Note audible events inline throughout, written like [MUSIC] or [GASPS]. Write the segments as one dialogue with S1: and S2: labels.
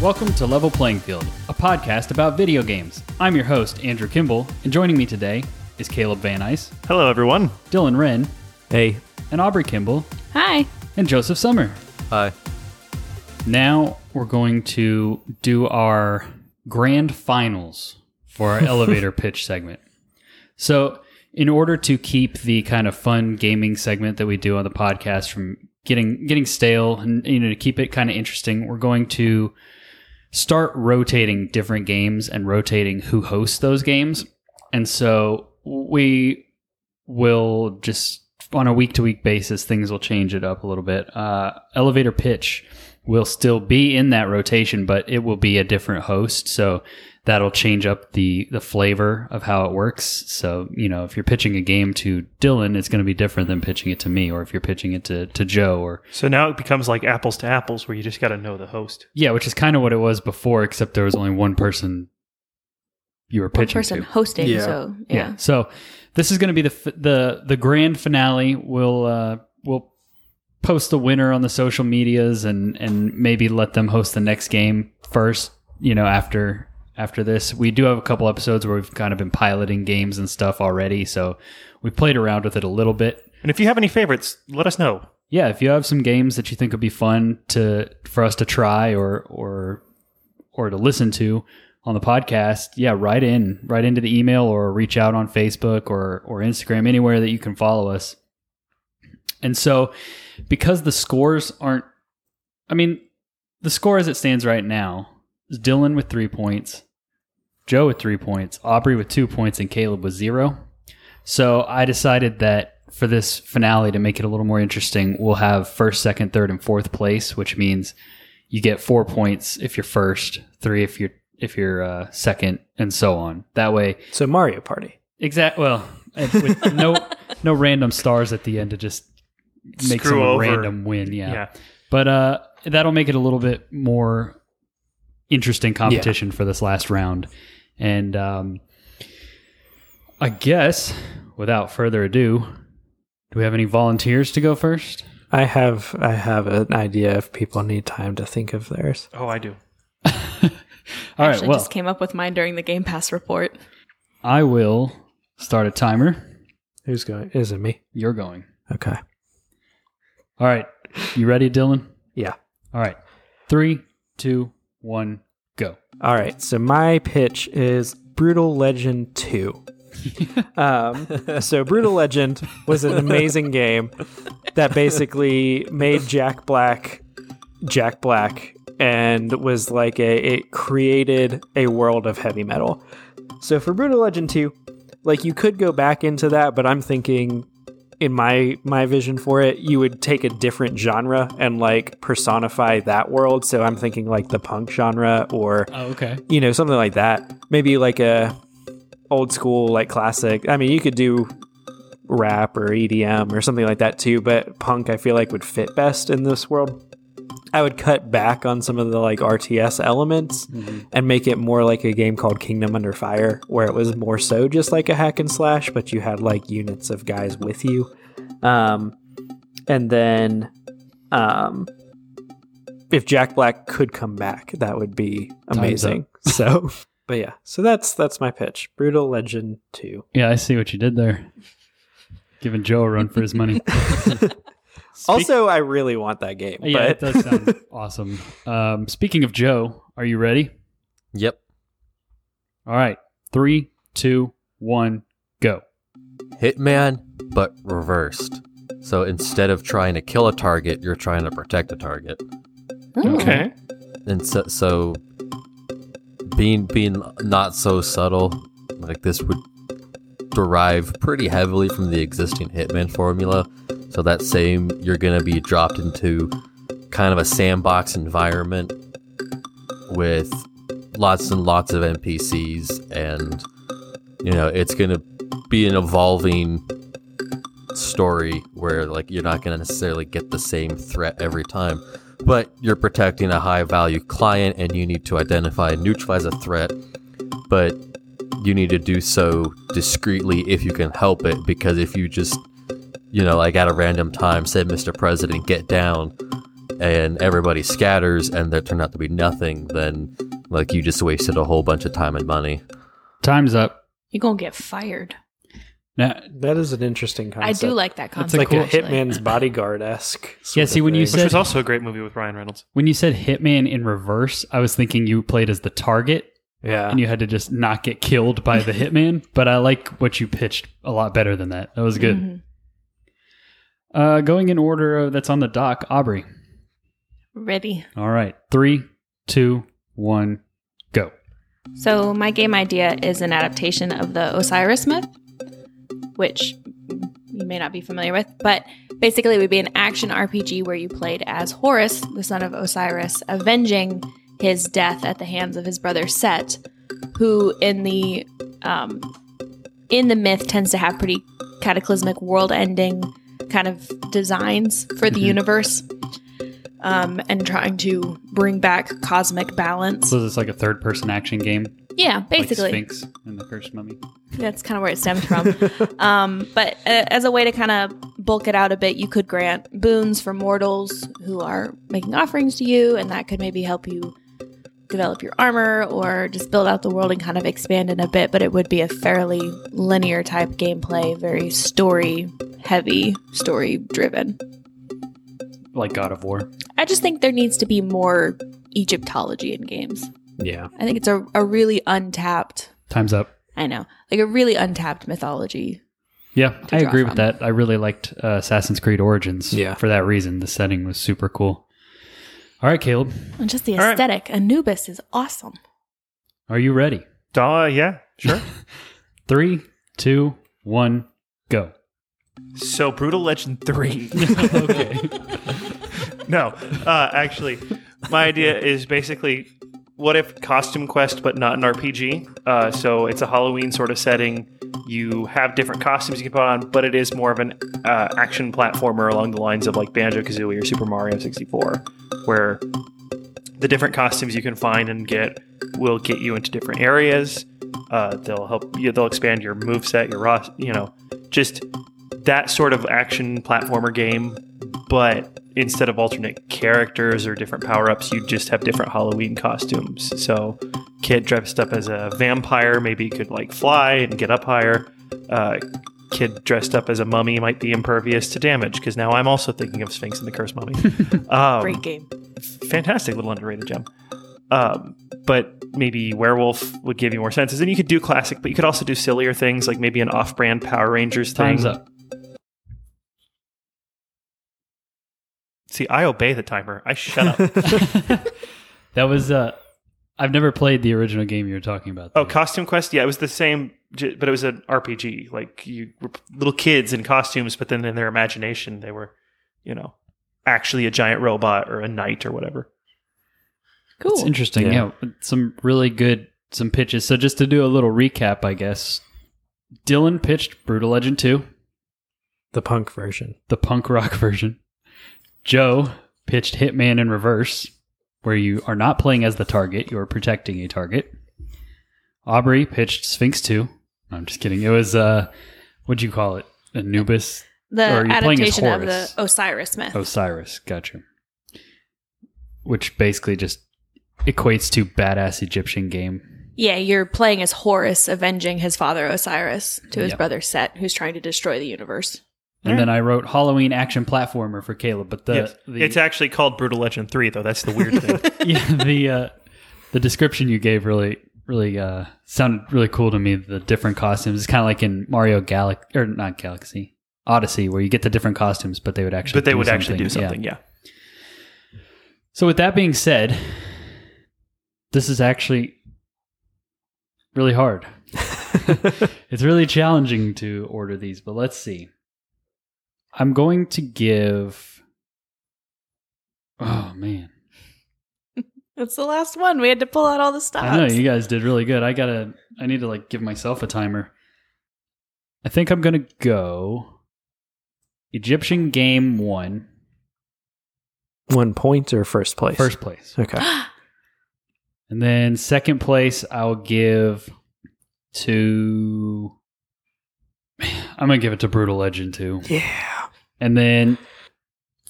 S1: Welcome to Level Playing Field, a podcast about video games. I'm your host, Andrew Kimball, and joining me today is Caleb Van Ice,
S2: Hello, everyone.
S1: Dylan Wren,
S3: Hey.
S1: and Aubrey Kimball,
S4: Hi.
S1: and Joseph Summer.
S3: Hi.
S1: Now we're going to do our grand finals for
S3: [LAUGHS]
S1: our elevator pitch segment. So, in order to keep the kind of fun gaming segment that we do on the podcast from getting getting stale and you know to keep it kind of interesting, we're going to start rotating different games and rotating who hosts those games. And so we will just on a week to week basis, things will change it up a little bit. Uh, elevator pitch will still be in that rotation, but it will be a different host. So that'll change up the, the flavor of how it works. So, you know, if you're pitching a game to Dylan, it's going to be different than pitching it to me, or if you're pitching it to, to Joe or
S2: So now it becomes like apples to apples, where you just got to know the host.
S1: yeah, which is kind of what it was before, except there was only one person you were
S4: One
S1: pitching
S4: person
S1: to.
S4: hosting,
S3: Yeah.
S4: so yeah.
S1: Yeah. So this is going to be the f- the the grand finale. We'll uh, we'll post the winner on the social medias and and maybe let them host the next game first. You know, after after this, we do have a couple episodes where we've kind of been piloting games and stuff already. So we played around with it a little bit.
S2: And if you have any favorites, let us know.
S1: Yeah, if you have some games that you think would be fun to for us to try or or or to listen to on the podcast, yeah, write in, write into the email or reach out on Facebook or or Instagram, anywhere that you can follow us. And so, because the scores aren't, I mean, the score as it stands right now is Dylan with three points, Joe with three points, Aubrey with two points, and Caleb with zero. So I decided that for this finale to make it a little more interesting, we'll have first, second, third, and fourth place, which means you get four points if you're first, three if you're if you're uh, second, and so on. That way,
S3: So Mario Party.
S1: exact. Well, and with no
S2: [LAUGHS]
S1: no random stars at the end to just make
S2: Screw
S1: some
S2: over.
S1: random win.
S2: Yeah.
S1: But uh, that'll make it a little bit more interesting competition for this last round. And um, I guess, without further ado, do we have any volunteers to go first?
S3: I have I have an idea if people need time to think of theirs.
S2: Oh, I do.
S1: All
S4: I
S1: right.
S4: actually
S1: Well,
S4: just came up with mine during the Game Pass report.
S1: I will start a timer.
S3: Who's going? Is it me?
S1: You're going.
S3: Okay.
S1: All right. You ready, Dylan?
S3: Yeah.
S1: All right. Three, two, one, go.
S3: All right. So my pitch is Brutal Legend 2. um, so Brutal Legend was an amazing game that basically made Jack Black Jack Black and was like a it created a world of heavy metal. So for Brutal Legend 2, like you could go back into that, but I'm thinking in my my vision for it, you would take a different genre and like personify that world. So I'm thinking like the punk genre or
S1: Oh, okay.
S3: you know something like that maybe like a old school like classic i mean you could do rap or edm or something like that too but punk i feel like would fit best in this world i would cut back on some of the like rts elements and make it more like a game called kingdom under fire where it was more so just like a hack and slash but you had like units of guys with you um, and then um, if Jack Black could come back, that would be
S1: Time's
S3: amazing. So, [LAUGHS] but yeah, so that's that's my pitch. Brutal Legend Two. [LAUGHS]
S1: Yeah, I see what you did there. Giving Joe a run for his money.
S3: also, I really want that game.
S1: Yeah, it
S3: but
S1: does sound
S3: [LAUGHS]
S1: awesome. Um, speaking of Joe, are you ready?
S5: Yep.
S1: All right, three, two, one, go.
S5: Hitman, but reversed. So instead of trying to kill a target, you're trying to protect a target.
S2: Okay.
S5: And so, so being being not so subtle, like this would derive pretty heavily from the existing Hitman formula. So that same, you're gonna be dropped into kind of a sandbox environment with lots and lots of NPCs, and you know it's gonna be an evolving story where like you're not going to necessarily get the same threat every time but you're protecting a high value client and you need to identify and neutralize a threat but you need to do so discreetly if you can help it because if you just you know like at a random time said mr president get down and everybody scatters and there turned out to be nothing, then like you just wasted a whole bunch of time and money.
S1: Time's up.
S4: You're gonna get fired.
S1: Now,
S3: That is an interesting
S4: I
S3: concept.
S4: do like that
S1: That's
S4: concept.
S1: a
S3: like a
S4: actually.
S3: hitman's bodyguard esque.
S1: yeah, see when you
S2: Which was
S1: said
S2: also a great movie with Ryan Reynolds.
S1: when you said Hitman in reverse, I was thinking you played as the target
S3: yeah,
S1: and you had to just not get killed by the hitman. But I like what you pitched a lot better than that. That was good.
S4: Mhm.
S1: Uh, going in order of, that's on the dock, Aubrey.
S4: Ready.
S1: All right, three, two, one, go.
S4: So my game idea is an adaptation of the Osiris myth, which you may not be familiar with, but basically it would be an action RPG where you played as Horus, the son of Osiris, avenging his death at the hands of his brother Set, who in the um, in the myth tends to have pretty cataclysmic world-ending kind of designs for the
S1: Mhm.
S4: universe, um, and trying to bring back cosmic balance.
S1: So it's like a third-person action game,
S4: Yeah,
S1: like
S4: basically.
S1: Sphinx and the Cursed Mummy.
S4: That's kind of where it stemmed from. um, but uh, as a way to kind of bulk it out a bit, you could grant boons for mortals who are making offerings to you, and that could maybe help you develop your armor or just build out the world and kind of expand it a bit. But it would be a fairly linear type gameplay, very story heavy, story driven.
S1: like God of War.
S4: I just think there needs to be more Egyptology in games.
S3: yeah.
S4: I think it's a, a really untapped,
S1: Time's up.
S4: I know, like a really untapped mythology
S1: Yeah, I
S4: draw
S1: agree with
S4: from.
S1: that. I really liked uh, Assassin's Creed Origins
S3: Yeah.
S1: for that reason. The setting was super cool. All right, Caleb,
S4: And just the
S2: All right.
S4: aesthetic. Anubis is awesome.
S1: are you ready?
S2: Duh, yeah, sure.
S1: Three, two, one, go.
S2: so Brutal Legend 3.
S1: [LAUGHS] okay.
S2: [LAUGHS] no, uh, actually, my idea is basically what if Costume Quest, but not an RPG? Uh, so it's a Halloween sort of setting. You have different costumes you can put on, but it is more of an uh, action platformer along the lines of like Banjo Kazooie or Super Mario 64, where the different costumes you can find and get will get you into different areas. Uh, they'll help you. They'll expand your move set, your ros- you know, just that sort of action platformer game. But instead of alternate characters or different power ups, you just have different Halloween costumes. So, kid dressed up as a vampire maybe could like fly and get up higher. Uh, kid dressed up as a mummy might be impervious to damage because now I'm also thinking of Sphinx and the Cursed Mummy. Um,
S4: Great game.
S2: fantastic little underrated gem. Um, but maybe werewolf would give you more senses. And you could do classic, but you could also do sillier things like maybe an off-brand Power Rangers thing.
S1: [LAUGHS] Time's up. [LAUGHS]
S2: See, I obey the timer. I shut
S1: [LAUGHS]
S2: up.
S1: That was. Uh, I've never played the original game you were talking about.
S2: oh,
S1: though.
S2: Costume Quest. Yeah, it was the same, j- but it was an RPG. Like you were p- little kids in costumes, but then in their imagination they were, you know, actually a giant robot or a knight or whatever.
S1: It's interesting. Yeah.
S3: Yeah.
S1: some really good some pitches. So just to do a little recap, I guess. Dylan pitched Brutal Legend 2,
S3: [LAUGHS] The punk [LAUGHS] version.
S1: the punk rock [LAUGHS] version. Joe pitched Hitman in Reverse, where you are not playing as the target, you are protecting a target. Aubrey pitched Sphinx 2. No, I'm just kidding. It was uh what'd you call it? Anubis
S4: The
S1: Or you're playing as
S4: adaptation of the
S1: Horus.
S4: Osiris myth.
S1: Osiris, gotcha. Which basically just equates to badass Egyptian game.
S4: Yeah, you're playing as Horus avenging his father Osiris to his
S1: Yeah.
S4: brother Set, who's trying to destroy the universe.
S1: And then I wrote Halloween action platformer for Caleb, but the
S2: yes.
S1: the,
S2: it's actually called Brutal Legend Three, though. That's the weird
S1: [LAUGHS]
S2: thing.
S1: yeah, the uh, the description you gave really really uh, sounded really cool to me. The different costumes, it's kind of like in Mario Galaxy or not Galaxy Odyssey, where you get the different costumes, but they would actually
S2: but they
S1: do
S2: would actually do
S1: Yeah.
S2: something. yeah.
S1: So with that being said, this is actually really hard. it's really challenging to order these, but let's see. I'm going to give Oh man.
S4: That's the last one. We had to pull out all the stops.
S1: I know
S4: [GASPS]
S1: you guys did really good. I gotta. I need to like give myself a timer. I think I'm gonna go Egyptian game one,
S3: One point or first place?
S1: first place,
S3: Okay.
S1: and then second place I'll give to. [SIGHS] I'm gonna give it to Brutal Legend too,
S3: yeah.
S1: and then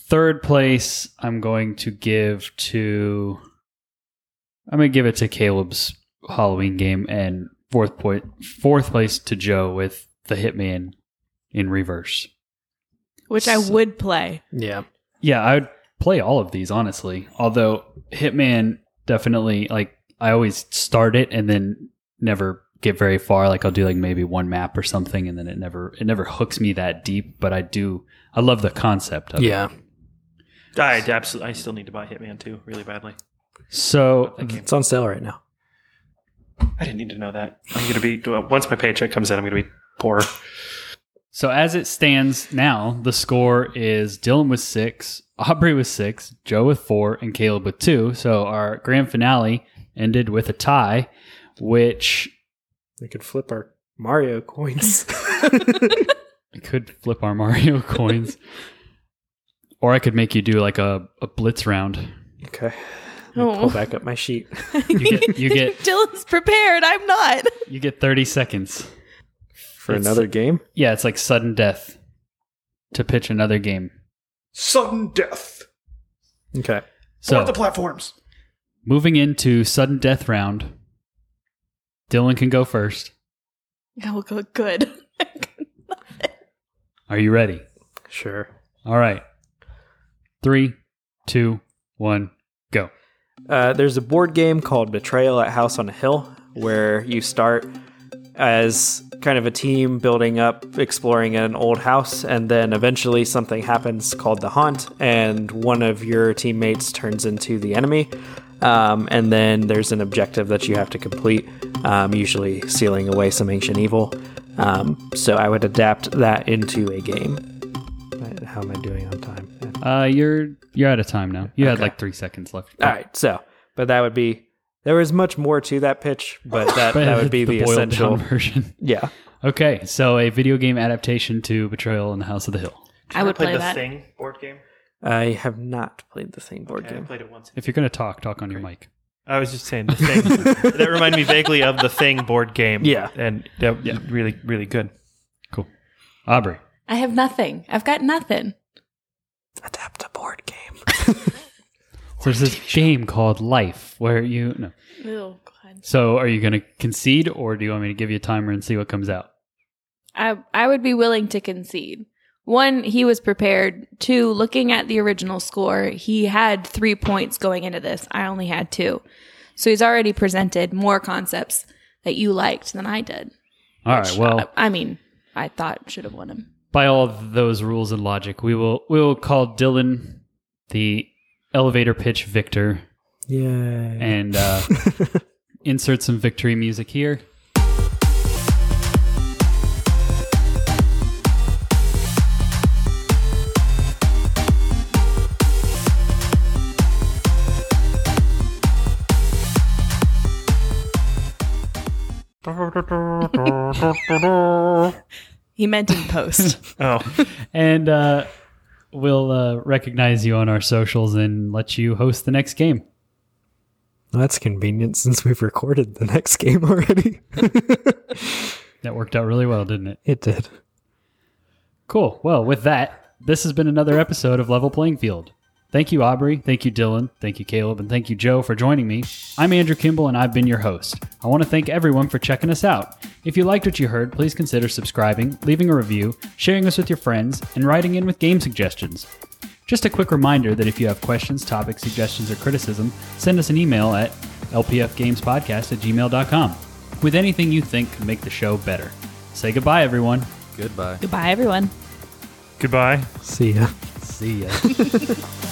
S1: Third place, I'm going to give to. I'm going to give it to Caleb's Halloween game, and fourth point, fourth place to Joe with the Hitman in reverse.
S4: which I would play.
S3: Yeah.
S1: Yeah, I would play all of these honestly. Although Hitman definitely like I always start it and then never get very far. Like I'll do like maybe one map or something and then it never it never hooks me that deep, but I do I love the concept of it.
S3: Yeah.
S2: I absolutely. I still need to buy Hitman 2 really badly.
S1: So
S3: It's on sale right now.
S2: I didn't need to know that. I'm gonna be once my paycheck comes in. I'm gonna be poor.
S1: so as it stands now, the score is Dylan with six, Aubrey with six, Joe with four, and Caleb with two. So our grand finale ended with a tie, which
S3: We could flip our
S4: [LAUGHS]
S3: Mario coins. [LAUGHS]
S1: I could flip our [LAUGHS] Mario coins. Or I could make you do like a, a blitz round.
S3: okay. Let me
S4: Oh.
S3: Pull back up my [LAUGHS] sheet.
S1: [LAUGHS] You get
S4: [LAUGHS]
S1: you get
S4: Dylan's prepared. I'm not. [LAUGHS]
S1: you get thirty seconds.
S3: For
S1: It's-
S3: another game?
S1: Yeah, it's like sudden death to pitch another game.
S2: Sudden death.
S3: Okay.
S1: So
S2: platforms.
S1: moving into sudden death round. Dylan can go first.
S4: That will go good. [LAUGHS]
S1: Are you ready?
S3: Sure.
S1: All right. Three, two, one, go.
S3: Uh, there's a board game called Betrayal at House on a Hill where you start as kind of a team building up, exploring an old house, and then eventually something happens called the haunt, and one of your teammates turns into the enemy. Um, and then there's an objective that you have to complete, um, usually sealing away some ancient evil. Um, so I would adapt that into a game. How am I doing on time?
S1: Uh you're you're out of time now. You had
S3: Okay. Ah,
S1: like three seconds left.
S3: All right, so but that would be there was much more to that pitch, but that that
S1: [LAUGHS]
S3: would be the,
S1: boiled down
S3: essential.
S1: version.
S3: Yeah,
S1: Okay, so a video game adaptation to Betrayal in the House of the Hill.
S4: I would play
S2: the
S4: that.
S2: Thing board game.
S3: I have not played the same board
S2: Yeah, I
S3: game.
S2: played it once.
S1: If you're going to talk, talk on your mic.
S2: I was just saying the thing. [LAUGHS] that reminded me vaguely of the Thing board game.
S3: Yeah.
S2: and that yeah. really, really good.
S1: Cool. Aubrey.
S4: I have nothing. I've got nothing.
S3: Adapt a board game.
S1: So there's this game called Life where you. No.
S4: Oh God.
S1: So are you going to concede or do you want me to give you a timer and see what comes out?
S4: I I would be willing to concede. One, he was prepared. Two, looking at the original score, he had three points going into this. I only had two. So he's already presented more concepts that you liked than I did.
S1: All right. Well,
S4: I, I mean, I thought should have won him.
S1: by all those rules and logic, we will we will call Dylan the elevator pitch victor
S3: Yeah.
S1: and uh, insert some victory music here.
S4: He meant in post.
S2: Oh, [LAUGHS]
S1: and uh, we'll uh, recognize you on our socials and let you host the next game.
S3: that's convenient since we've recorded the next game already.
S1: That worked out really well, didn't it?
S3: it did.
S1: Cool. Well, with that, this has been another episode of Level Playing Field. Thank you, Aubrey. Thank you, Dylan. Thank you, Caleb. And thank you, Joe, for joining me. I'm Andrew Kimball, and I've been your host. I want to thank everyone for checking us out. If you liked what you heard, please consider subscribing, leaving a review, sharing us with your friends, and writing in with game suggestions. Just a quick reminder that if you have questions, topics, suggestions, or criticism, send us an email at lpfgamespodcast at gmail.com with anything you think could make the show better. Say goodbye, everyone.
S5: Goodbye.
S4: Goodbye, everyone.
S2: goodbye.
S3: See ya.
S1: See ya.